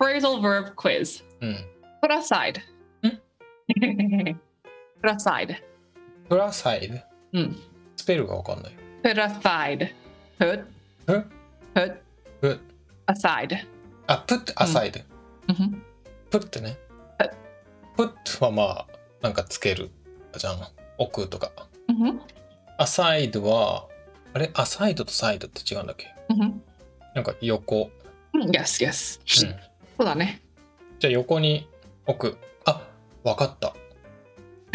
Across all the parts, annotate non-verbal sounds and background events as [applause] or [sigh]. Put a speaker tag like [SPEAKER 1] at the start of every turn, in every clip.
[SPEAKER 1] phrasal verb quiz.
[SPEAKER 2] うん。
[SPEAKER 1] ください。ください。
[SPEAKER 2] プラサイド
[SPEAKER 1] うん。
[SPEAKER 2] スペルがわかんない。
[SPEAKER 1] ください。put,
[SPEAKER 2] え
[SPEAKER 1] put,
[SPEAKER 2] え
[SPEAKER 1] aside. Mm-hmm.
[SPEAKER 2] あ、put aside。
[SPEAKER 1] うん。
[SPEAKER 2] put ね。put はまあ、なんかつける。じゃん。置くとか。
[SPEAKER 1] うん。
[SPEAKER 2] aside は、あれ ?aside と side って違うんだっけ
[SPEAKER 1] うん。
[SPEAKER 2] なんか横。
[SPEAKER 1] Mm-hmm. Hmm, Yes, yes. そ
[SPEAKER 2] うん
[SPEAKER 1] う [laughs] だね。
[SPEAKER 2] じゃあ横に置く。あ、わかった。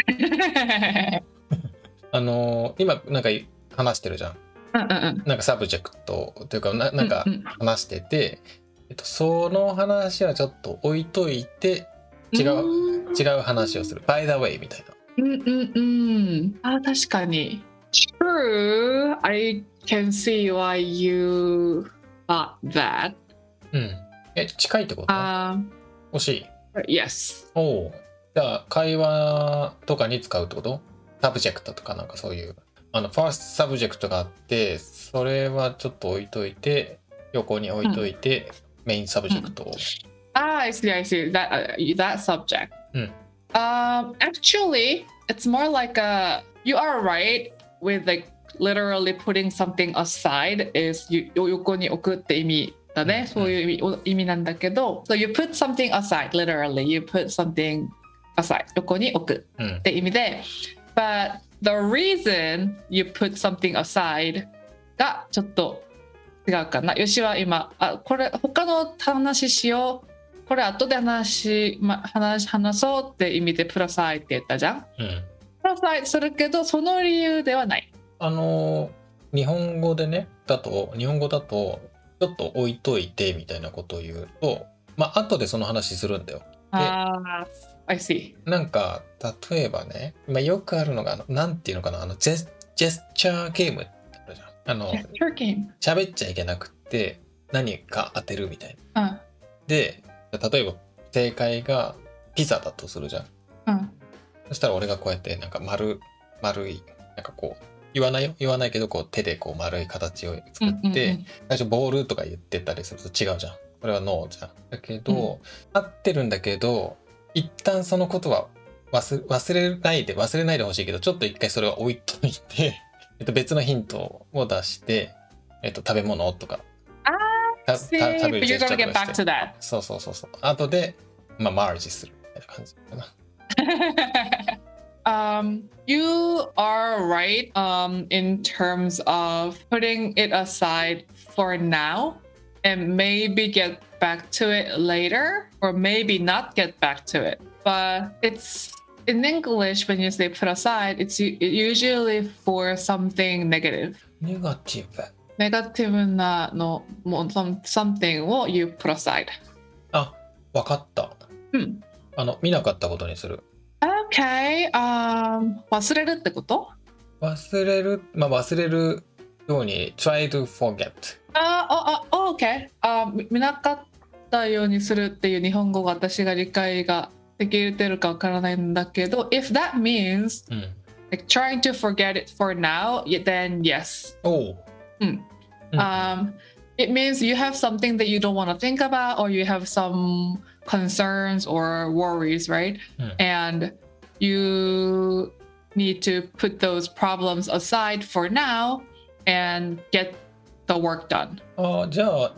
[SPEAKER 1] う
[SPEAKER 2] あのー今なんか話してるじゃん。
[SPEAKER 1] んうんうん。
[SPEAKER 2] なんかサブジェクトというかななんか話してて、えっと、その話はちょっと置いといて違う
[SPEAKER 1] う
[SPEAKER 2] 違う話をする。by the way みたいな。
[SPEAKER 1] うんうんうん。あ、確かに。True, I can see why you thought that.
[SPEAKER 2] うん。え、近いってこと
[SPEAKER 1] あ、
[SPEAKER 2] 惜しい。
[SPEAKER 1] Uh, yes.
[SPEAKER 2] おお。じゃあ会話とかに使うってことサブジェクトとかなんかそういう。あの、ファーストサブジェクトがあって、それはちょっと置いといて、横に置いといて、メインサブジェクトを。
[SPEAKER 1] Ah, I see, I see. That, uh, that subject.
[SPEAKER 2] うん。
[SPEAKER 1] Um, actually, it's more like a, you are right with like literally putting something aside is you, 横に置くって意味だ
[SPEAKER 2] うんう
[SPEAKER 1] ね。
[SPEAKER 2] ん
[SPEAKER 1] そういう意味お意味なんだけど、so you put something aside, literally, you put something aside, 横に置く。
[SPEAKER 2] うん
[SPEAKER 1] っ。て意味で But the reason you put something aside がちょっと違うかな。よしは今、あ、これ他の話しよう。これ後で話し、ま、話話そうって意味でプラサイって言ったじゃん。
[SPEAKER 2] うん。
[SPEAKER 1] プラサイするけど、その理由ではない。
[SPEAKER 2] あのー日本語でねだと日本語だとちょっと置いといてみたいなことを言うとまあ後でその話するんだよ
[SPEAKER 1] ああ、I see。
[SPEAKER 2] なんか例えばね、まあ、よくあるのがあのなんていうのかなあのジェスジェスチャーゲームってあるじゃんあの
[SPEAKER 1] Gesture game。
[SPEAKER 2] 喋っちゃいけなくって何か当てるみたいな
[SPEAKER 1] うん。
[SPEAKER 2] で例えば正解がピザだとするじゃん
[SPEAKER 1] うん。
[SPEAKER 2] そしたら俺がこうやってなんか丸丸いなんかこう言わないよ言わないけどこう手でこう丸い形を
[SPEAKER 1] う
[SPEAKER 2] 作
[SPEAKER 1] ん
[SPEAKER 2] って、最初ボールとか言ってたりすると違うじゃんこれはノーじゃんだけど、合ってるんだけど一旦そのことは忘忘れないで忘れないでほしいけどちょっと一回それは置いといて、 [laughs] えっと、別のヒントを出して、えっと、食べ物とか
[SPEAKER 1] あ
[SPEAKER 2] た
[SPEAKER 1] I
[SPEAKER 2] た
[SPEAKER 1] see. But
[SPEAKER 2] ジ
[SPEAKER 1] you're
[SPEAKER 2] ェスチ
[SPEAKER 1] gonna
[SPEAKER 2] ャー
[SPEAKER 1] get
[SPEAKER 2] とか
[SPEAKER 1] back
[SPEAKER 2] し
[SPEAKER 1] to
[SPEAKER 2] て
[SPEAKER 1] that.
[SPEAKER 2] そうそうそうそう後でまあマージするみたいな感じかな
[SPEAKER 1] [laughs] um, you are right um, in terms of putting it aside for now and maybe get back to it later or maybe not get back to it but it's in english when you say put aside it's u- usually for something negative
[SPEAKER 2] ネガティブ
[SPEAKER 1] ネガティブなのも some- something を you put aside
[SPEAKER 2] あわかった
[SPEAKER 1] うん
[SPEAKER 2] あの見なかったことにする
[SPEAKER 1] okay um, 忘れるってこと
[SPEAKER 2] 忘れるまあ忘れるように try to forget
[SPEAKER 1] ああ、あ、OK。あ、み見なかったようにするっていう日本語が私が理解ができてるかわからないんだけど、if that means
[SPEAKER 2] うん
[SPEAKER 1] like trying to forget it for now, y- then yes.
[SPEAKER 2] おう
[SPEAKER 1] うん
[SPEAKER 2] うん
[SPEAKER 1] Um, it means you have something that you don't want to think about, or you have some concerns or worries, right?
[SPEAKER 2] Mm.
[SPEAKER 1] And you need to put those problems aside for now and get the work done.
[SPEAKER 2] あーじゃあ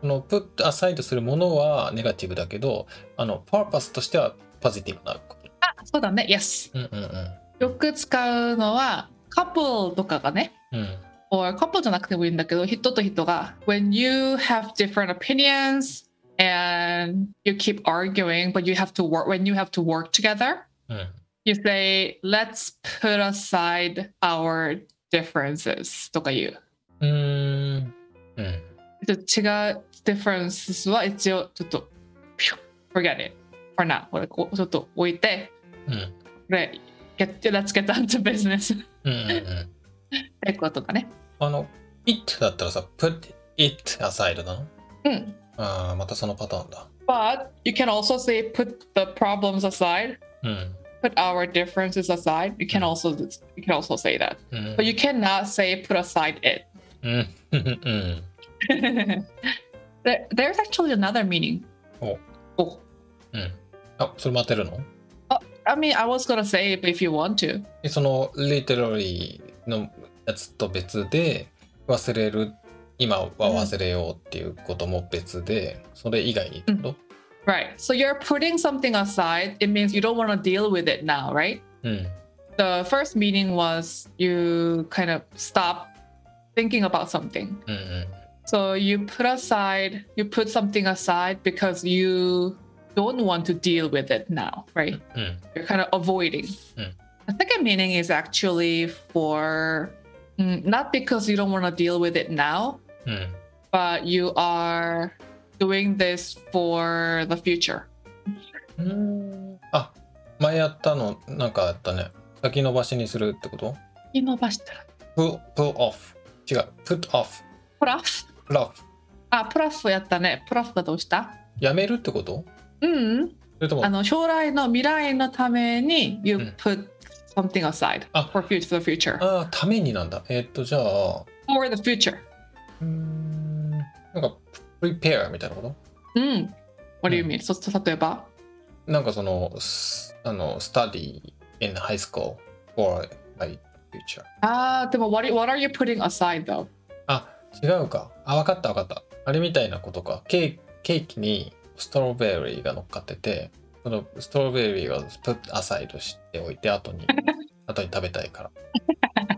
[SPEAKER 2] この put aside するものはネガティブだけどあの purpose としてはポジティブなこと
[SPEAKER 1] そうだね、Yes。
[SPEAKER 2] うんうん
[SPEAKER 1] よく使うのは、カップルとかがね、
[SPEAKER 2] うんうん
[SPEAKER 1] or カップルじゃなくてもいいんだけど、人と人が、when you have different opinions and you keep arguing, but you have to work, when you have to work together,
[SPEAKER 2] うん
[SPEAKER 1] you say, let's put aside our differences とか言う。
[SPEAKER 2] うーんうん
[SPEAKER 1] ちょっと違う differences は一応ちょっと、ピュッ forget it for now. これこうちょっと置いて、
[SPEAKER 2] うん
[SPEAKER 1] これ、get, let's get down to
[SPEAKER 2] [laughs]
[SPEAKER 1] business っ
[SPEAKER 2] うんうんうん
[SPEAKER 1] てことだね。
[SPEAKER 2] あの it だったらさ put it aside なの
[SPEAKER 1] うん。
[SPEAKER 2] あーまたそのパターンだ
[SPEAKER 1] But you can also say put the problems aside,
[SPEAKER 2] うん、
[SPEAKER 1] put our differences aside. You can also you can also say that.
[SPEAKER 2] うん
[SPEAKER 1] But you cannot say put aside it. [laughs]
[SPEAKER 2] うんうんうん
[SPEAKER 1] There- There's actually another meaning.
[SPEAKER 2] Oh.
[SPEAKER 1] Oh,
[SPEAKER 2] うん。あ、それも当てるの
[SPEAKER 1] I mean, I was gonna say it if you want to.
[SPEAKER 2] でその literally のやつと別で忘れる今は忘れようっていうことも別で、それ以外にってこと、
[SPEAKER 1] Right. So you're putting something aside. It means you don't want to deal with it now, right?
[SPEAKER 2] うん、
[SPEAKER 1] The first meaning was you kind of stop thinking about something.
[SPEAKER 2] うんうん
[SPEAKER 1] So you put aside, you put something aside because you don't want to deal with it now, right?
[SPEAKER 2] うん、
[SPEAKER 1] you're kind of avoiding.
[SPEAKER 2] Mm.
[SPEAKER 1] The second meaning is actually for mm, not because you don't want to deal with it now,
[SPEAKER 2] うん、
[SPEAKER 1] but you are doing this for the future.
[SPEAKER 2] うーんあ前やったのなんかやったね先延ばしにするってこと pull, pull off 違う put off
[SPEAKER 1] 伸ばしたら。プラス。あ、プラスやったね。プラスがどうした
[SPEAKER 2] put off
[SPEAKER 1] Ah,
[SPEAKER 2] やめるってこと
[SPEAKER 1] Mm,
[SPEAKER 2] それともあ
[SPEAKER 1] うん、あの将来の未来のために you
[SPEAKER 2] うん。
[SPEAKER 1] put something aside
[SPEAKER 2] あ。
[SPEAKER 1] for future for the future
[SPEAKER 2] あーためになんだえーっとじゃあ
[SPEAKER 1] for the future.
[SPEAKER 2] うーんなんか prepare みたいなこと
[SPEAKER 1] Hmm. What do you
[SPEAKER 2] うん。
[SPEAKER 1] mean? そ例えば
[SPEAKER 2] なんかその、すあの、study in high school for my future。
[SPEAKER 1] ああ、でも Ah, what what are you putting aside though?
[SPEAKER 2] あ、違うか。あ、わかったわかった。あれみたいなことか。ケーキケーキにストロベリーが乗っかってて、そのストロベリーを put aside しておいて、後に、後に食べたいから。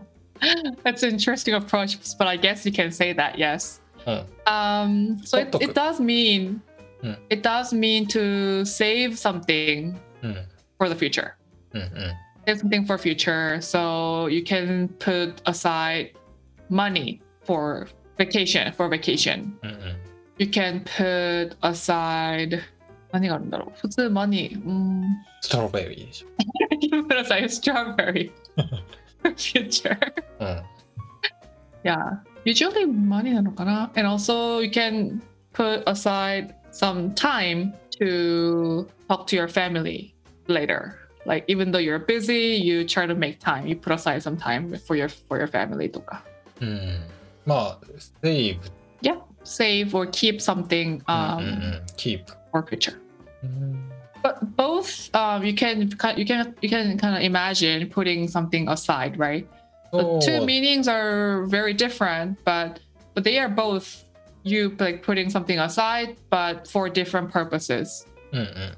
[SPEAKER 1] That's an interesting approach, but I guess you can say that, yes.
[SPEAKER 2] うん。
[SPEAKER 1] Um, so it,
[SPEAKER 2] Tottoku.
[SPEAKER 1] it does mean
[SPEAKER 2] Mm.
[SPEAKER 1] it does mean to save something
[SPEAKER 2] うん。
[SPEAKER 1] for the future.
[SPEAKER 2] うんうん。
[SPEAKER 1] Save something for future. So you can put aside money for vacation for vacation.
[SPEAKER 2] うんうん。
[SPEAKER 1] You can put aside 何があるんだろう普通 money. うん
[SPEAKER 2] ストロベリーでしょ。
[SPEAKER 1] you put aside strawberry [laughs] for future.
[SPEAKER 2] うん。
[SPEAKER 1] Yeah, usually money なのかな And also you can put aside some time to talk to your family later. Like even though you're busy, you try to make time. You put aside some time for your for your family とか。
[SPEAKER 2] うん。まあ、save、
[SPEAKER 1] Save or keep something
[SPEAKER 2] うんう
[SPEAKER 1] um,
[SPEAKER 2] んうん、keep。
[SPEAKER 1] for future.
[SPEAKER 2] うん。
[SPEAKER 1] But both um, you can you can you can kind of imagine putting something aside, right? The
[SPEAKER 2] そ
[SPEAKER 1] two
[SPEAKER 2] う
[SPEAKER 1] meanings are very different, but but they are both you like putting something aside, but for different purposes.
[SPEAKER 2] うんうんうん、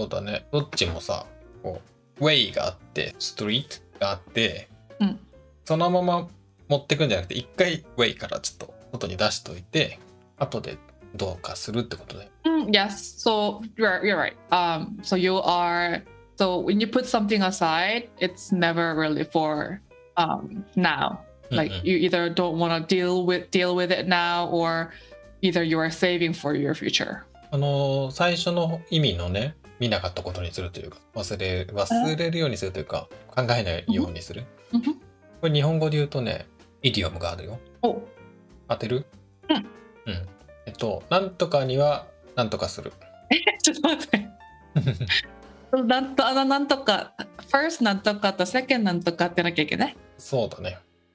[SPEAKER 2] そうだねどっちもさこうウェイがあってストリートがあって、
[SPEAKER 1] うん
[SPEAKER 2] そのまま持ってくんじゃなくて一回ウェイからちょっと外に出しといて後でどうかするってことだよ
[SPEAKER 1] Mm, yes, so you're you're right. Um, so you are so when you put something aside, it's never really for um now. Like
[SPEAKER 2] うんうん
[SPEAKER 1] you either don't want to deal with deal with it now, or either you are saving for your future.
[SPEAKER 2] あのー最初の意味のね見なかったことにするというか忘れ忘れるようにするというか考えないようにする、
[SPEAKER 1] うんうん
[SPEAKER 2] これ日本語で言うとねイディオムがあるよ
[SPEAKER 1] Oh, [laughs]
[SPEAKER 2] 当てる
[SPEAKER 1] うん
[SPEAKER 2] うんえっとなんとかにはなんとかする
[SPEAKER 1] ちょっと待って。なんと、あの、なんとか、first なんとかとsecond なんとかってなきゃいけない。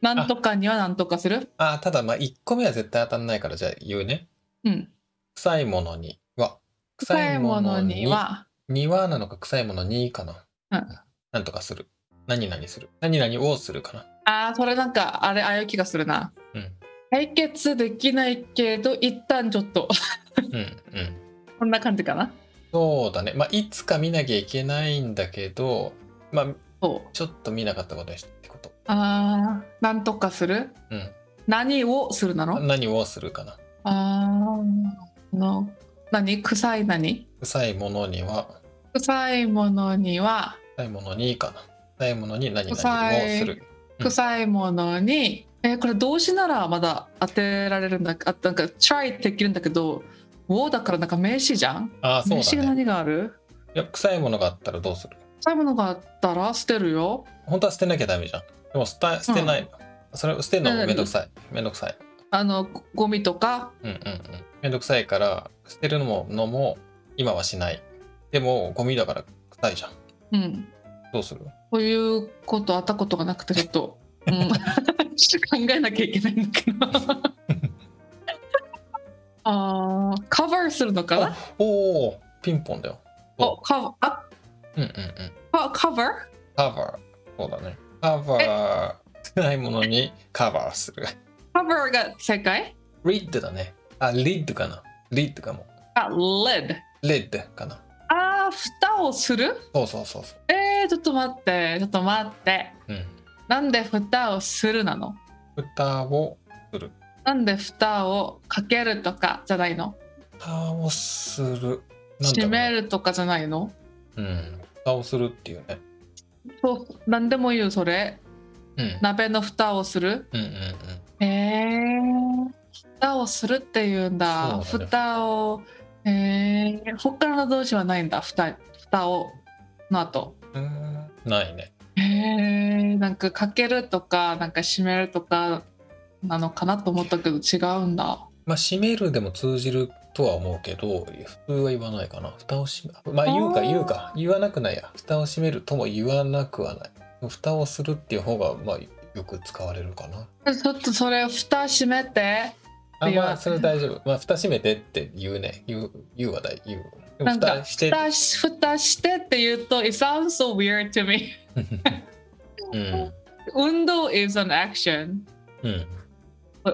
[SPEAKER 1] なんとかにはなんとかする。
[SPEAKER 2] あただまあ1個目は絶対当たんないからじゃあ言うね
[SPEAKER 1] うん。
[SPEAKER 2] 臭いものには
[SPEAKER 1] 臭いものには、
[SPEAKER 2] にはなのか臭いものにかな、
[SPEAKER 1] うん
[SPEAKER 2] なんとかする何々する何々をするかな
[SPEAKER 1] ああ、それなんか、あれ、ああいう気がするな。
[SPEAKER 2] うん
[SPEAKER 1] 解決できないけど、一旦ちょっと、 [laughs]
[SPEAKER 2] うんうん
[SPEAKER 1] こんな感じかな。
[SPEAKER 2] そうだねまあいつか見なきゃいけないんだけどまあ
[SPEAKER 1] そう。
[SPEAKER 2] ちょっと見なかったことにしたってこと
[SPEAKER 1] ああ、なんとかする
[SPEAKER 2] うん
[SPEAKER 1] 何をするなの
[SPEAKER 2] 何をするかな
[SPEAKER 1] ああ、の、何臭い何
[SPEAKER 2] 臭いものには
[SPEAKER 1] 臭いものには、
[SPEAKER 2] 臭いものにかな臭いものに何々
[SPEAKER 1] 臭
[SPEAKER 2] を
[SPEAKER 1] い
[SPEAKER 2] するうん
[SPEAKER 1] 臭いものに、えこれ動詞ならまだ当てられるんだあなんか try できるんだけど w だからなんか名詞じゃん、
[SPEAKER 2] ああそ
[SPEAKER 1] 名詞
[SPEAKER 2] う
[SPEAKER 1] が
[SPEAKER 2] だね
[SPEAKER 1] 何がある
[SPEAKER 2] いや臭いものがあったらどうする
[SPEAKER 1] 臭いものがあったら捨てるよ
[SPEAKER 2] 本当は捨てなきゃダメじゃん。でも捨て捨てないの、それを捨てるのもめんどくさい。めんどくさい。
[SPEAKER 1] あのゴゴミとか
[SPEAKER 2] うんうんうん。めんどくさいから、捨てるのものも今はしない。でも、ゴミだから臭いじゃん。
[SPEAKER 1] うん
[SPEAKER 2] どうする
[SPEAKER 1] そういうことあったことがなくてちょっと、うん [laughs] ちょっと考えなきゃいけないんだけど [laughs] あーカバーするのかな
[SPEAKER 2] おおピンポンだよ。
[SPEAKER 1] Oh, cover up,
[SPEAKER 2] うんうんうん。
[SPEAKER 1] co- cover.
[SPEAKER 2] カバー。そうだね。カバー。少ないものにカバーする。
[SPEAKER 1] Cover が正解
[SPEAKER 2] リッドだね。あ、リッドかな。リッドかも。
[SPEAKER 1] あ、lid。
[SPEAKER 2] レッドかな。
[SPEAKER 1] あー、蓋をする
[SPEAKER 2] そうそうそうそ
[SPEAKER 1] えー、ちょっと待って、ちょっと待って。
[SPEAKER 2] う。うん。
[SPEAKER 1] なんで蓋をするなの
[SPEAKER 2] 蓋をする。
[SPEAKER 1] なんで蓋をかけるとかじゃないの
[SPEAKER 2] 蓋をする。なんだろ
[SPEAKER 1] 閉
[SPEAKER 2] う
[SPEAKER 1] め
[SPEAKER 2] ね
[SPEAKER 1] るとかじゃないの
[SPEAKER 2] うん。蓋をするっていうね。
[SPEAKER 1] そう、なんでも言う、それ。
[SPEAKER 2] うん。
[SPEAKER 1] 鍋の蓋をする
[SPEAKER 2] うんうんう
[SPEAKER 1] へ
[SPEAKER 2] ん。
[SPEAKER 1] えー、蓋をするっていうんだ。
[SPEAKER 2] そうだね
[SPEAKER 1] 蓋を、えー、他の動詞はないんだ。蓋、蓋をの後。
[SPEAKER 2] ないね。
[SPEAKER 1] へえー、なんかかけるとか、なんか閉めるとかなのかなと思ったけど違うんだ。
[SPEAKER 2] まあ、閉めるでも通じるとは思うけど、普通は言わないかな。蓋を閉め、まあ
[SPEAKER 1] あー
[SPEAKER 2] 言うか言うか。言わなくないや。蓋を閉めるとも言わなくはない。蓋をするっていう方が、まあ、よく使われるかな。
[SPEAKER 1] ちょっとそれ蓋閉めて。
[SPEAKER 2] あ、
[SPEAKER 1] いや
[SPEAKER 2] まあ、それ大丈夫。まあ、蓋閉めてって言うね。言う、言うは大言う。でも
[SPEAKER 1] なんか
[SPEAKER 2] 蓋して。
[SPEAKER 1] 蓋し蓋してって言うと、It sounds so weird to me. [laughs]
[SPEAKER 2] [laughs] うん。
[SPEAKER 1] 運動 is an action.
[SPEAKER 2] うん。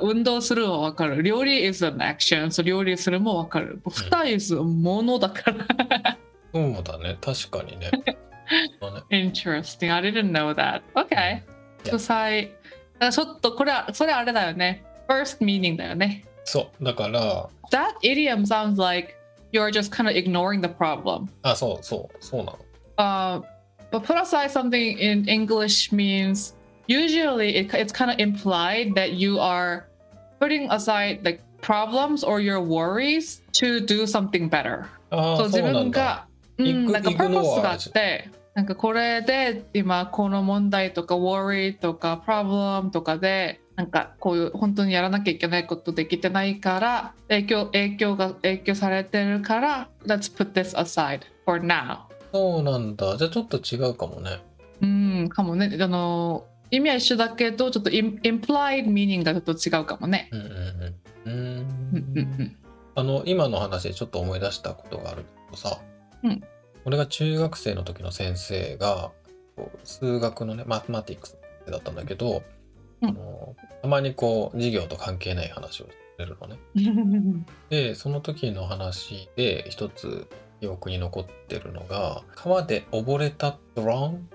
[SPEAKER 1] 運動するはわかる。料理 is an action. そう料理するもわかる。蓋 is ものだから。
[SPEAKER 2] そうだね。確
[SPEAKER 1] [laughs]
[SPEAKER 2] かにね。そうだね
[SPEAKER 1] Interesting. I didn't know that. Okay.
[SPEAKER 2] うん
[SPEAKER 1] 副菜。だからちょっとこれは、それあれだよね。First meaning だよね。
[SPEAKER 2] そう。だから、
[SPEAKER 1] That idiom sounds like you're just kind of ignoring the problem.
[SPEAKER 2] あ、そうそう。そうな
[SPEAKER 1] Uh,
[SPEAKER 2] の。
[SPEAKER 1] but put aside something in English means usually it, it's kind of implied that you are putting aside like problems or your worries to do something better.
[SPEAKER 2] あ
[SPEAKER 1] そう
[SPEAKER 2] あ、
[SPEAKER 1] 自
[SPEAKER 2] そうな
[SPEAKER 1] 分
[SPEAKER 2] んだ。
[SPEAKER 1] が、う
[SPEAKER 2] イ
[SPEAKER 1] ん、
[SPEAKER 2] グ
[SPEAKER 1] なんか
[SPEAKER 2] イ
[SPEAKER 1] パ
[SPEAKER 2] グ
[SPEAKER 1] ー
[SPEAKER 2] ノア
[SPEAKER 1] ポスがあってなんかこれで今この問題とか worry とか problem とかでなんかこういう本当にやらなきゃいけないことできてないから影響影響が影響されてるから let's put this aside for now
[SPEAKER 2] そうなんだ。じゃあちょっと違うかもね。
[SPEAKER 1] うんかもねあの意味は一緒だけどちょっとイン implied meaning がちょっと違うかもね
[SPEAKER 2] うんうんうん。う
[SPEAKER 1] うんうん
[SPEAKER 2] ー。
[SPEAKER 1] うんん
[SPEAKER 2] あの今の話でちょっと思い出したことがあるんだけどさ、
[SPEAKER 1] うん
[SPEAKER 2] 俺が中学生の時の先生がこう数学のねマテマティックスだったんだけど、
[SPEAKER 1] うん
[SPEAKER 2] あのたまにこう授業と関係ない話をしてるのね。でその時の話で一つ記憶に残ってるのが川で溺れたドローン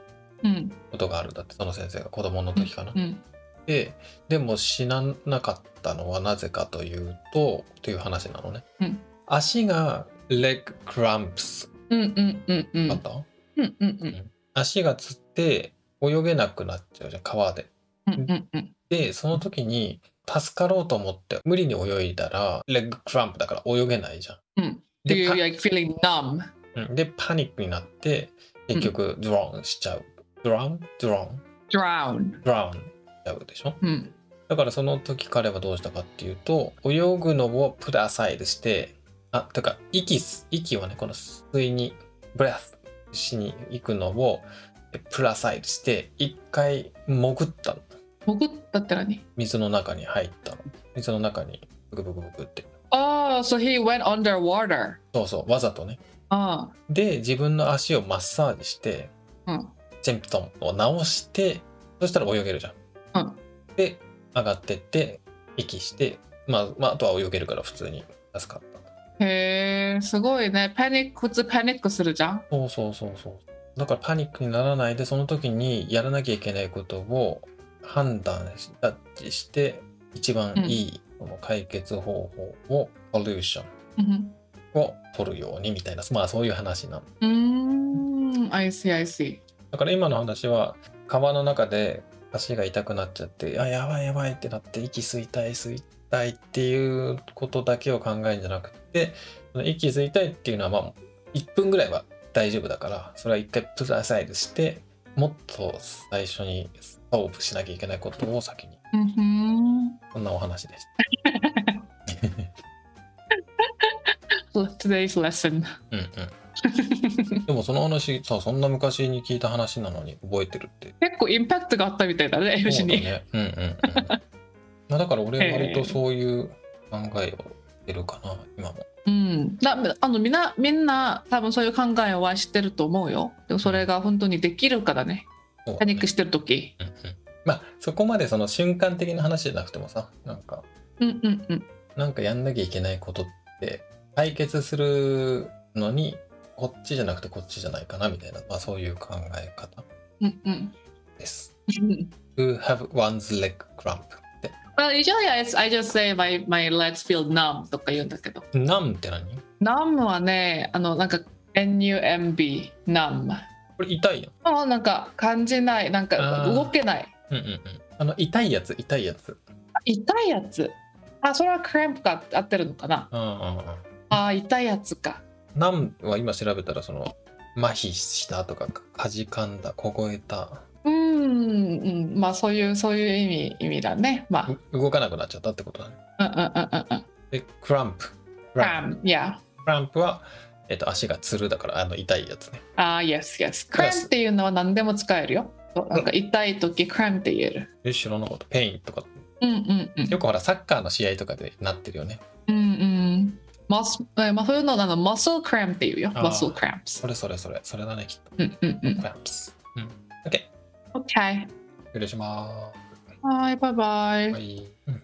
[SPEAKER 1] うん
[SPEAKER 2] ことがあるんだってその先生が子供の時かな。
[SPEAKER 1] うん
[SPEAKER 2] ででも死ななかったのはなぜかというとという話なのね、
[SPEAKER 1] うん
[SPEAKER 2] 足がレッグクランプス
[SPEAKER 1] うんうんうんうん
[SPEAKER 2] あった、
[SPEAKER 1] うんうんうん
[SPEAKER 2] 足がつって泳げなくなっちゃうじゃん川で
[SPEAKER 1] うんうんうん
[SPEAKER 2] でその時に助かろうと思って無理に泳いだらレッグクランプだから泳げないじゃん、
[SPEAKER 1] うん
[SPEAKER 2] で
[SPEAKER 1] Do you
[SPEAKER 2] パ
[SPEAKER 1] like feeling numb?
[SPEAKER 2] うんでパニックになって結局ドローンしちゃう、ドローンドローン
[SPEAKER 1] Drown.
[SPEAKER 2] ドローンしちゃうでしょ
[SPEAKER 1] うん。
[SPEAKER 2] だからその時彼はどうしたかっていうと泳ぐのをプラサイドしてあとか息す息をねこの吸いにブレスしに行くのをプラサイドして一回潜ったの
[SPEAKER 1] 潜ったって何
[SPEAKER 2] 水の中に入ったの水の中にブクブクブクって
[SPEAKER 1] ああ、so he went underwater.
[SPEAKER 2] そうそうわざとね
[SPEAKER 1] ああ。
[SPEAKER 2] で自分の足をマッサージして
[SPEAKER 1] うん。
[SPEAKER 2] ジェンプトンを直してそしたら泳げるじゃん。
[SPEAKER 1] うん
[SPEAKER 2] で上がってって息して、まあ、まああとは泳げるから普通に助かった。
[SPEAKER 1] へえ、すごいね。パニック、普通パニックするじゃん。
[SPEAKER 2] そうそうそうそう。だからパニックにならないで、その時にやらなきゃいけないことを判断し、タッチして、一番いいその解決方法を、ソリューショ
[SPEAKER 1] うん
[SPEAKER 2] ンを取るようにみたいな、まあそういう話なの。
[SPEAKER 1] ふん。うーん、I see, I see.
[SPEAKER 2] だから今の話は、川の中で足が痛くなっちゃって、あ、やばいやばいってなって、息吸いたい吸いたいっていうことだけを考えるんじゃなくて、その息吸いたいっていうのは、まあ、1分ぐらいは大丈夫だから、それは一回プラサイズして、もっと最初にソープしなきゃいけないことを先に。
[SPEAKER 1] うんふん。
[SPEAKER 2] こんなお話でし
[SPEAKER 1] Today's lesson.
[SPEAKER 2] た。うんうん。でもその話さ、そんな昔に聞いた話なのに覚えてるって
[SPEAKER 1] 結構インパクトがあったみたいだね、
[SPEAKER 2] そう
[SPEAKER 1] MC
[SPEAKER 2] だ
[SPEAKER 1] に。
[SPEAKER 2] ね。うんうんうん。まあだから俺は割とそういう考えをしてるかな、今も。
[SPEAKER 1] うん、だあのみんなみんな多分そういう考えはしてると思うよでもそれが本当にできるかだね
[SPEAKER 2] そう
[SPEAKER 1] パニックしてる時
[SPEAKER 2] うんうんまあそこまでその瞬間的な話じゃなくてもさなんか
[SPEAKER 1] うんうんうん
[SPEAKER 2] なんかやんなきゃいけないことって解決するのにこっちじゃなくてこっちじゃないかなみたいな、まあ、そういう考え方
[SPEAKER 1] うんうん
[SPEAKER 2] です。
[SPEAKER 1] うん
[SPEAKER 2] To have one's leg cramp って
[SPEAKER 1] Well, usually I, I just say my, my legs feel numb とか言うんだけど。
[SPEAKER 2] numb って何
[SPEAKER 1] numb はね、あの、なんか numb、numb。
[SPEAKER 2] これ痛いやん。
[SPEAKER 1] あなんか感じない、なんか
[SPEAKER 2] あー
[SPEAKER 1] 動けない。
[SPEAKER 2] うんうんうん。あの痛いやつ痛いやつ。
[SPEAKER 1] 痛いやつ。あ、それはクランプが合ってるのかな。
[SPEAKER 2] うんうんうん。
[SPEAKER 1] あ、痛いやつか。
[SPEAKER 2] numb は今調べたらその麻痺したとかかじかんだ凍えた
[SPEAKER 1] うーん、うん、まあそういう、そういう意味、意味だね。ま
[SPEAKER 2] う動かなくなっちゃったってことだね。
[SPEAKER 1] あ、うんうんうんうんうん。
[SPEAKER 2] で cramp
[SPEAKER 1] クランプ、yeah。
[SPEAKER 2] クランプは、えっと足がつるだからあの痛いやつね。
[SPEAKER 1] あ、yes, yes。クランプっていうのは何でも使えるよ。なんか痛い時クランプって言える。
[SPEAKER 2] え知らなかった。ペインとか。
[SPEAKER 1] うんうんうん。
[SPEAKER 2] よくほら、サッカーの試合とかでなってるよね。
[SPEAKER 1] うんうん。マス、えーまあ、そういうのなの、マッスルクラムっていうよ。
[SPEAKER 2] あー
[SPEAKER 1] マッスルクラムス
[SPEAKER 2] そ。れそれそれ。それだね、きっと。
[SPEAKER 1] うんうんうん
[SPEAKER 2] ク。ランプス。うん。OK。
[SPEAKER 1] OK。
[SPEAKER 2] 失礼しま
[SPEAKER 1] はい、バイバイ。
[SPEAKER 2] す。はい。うん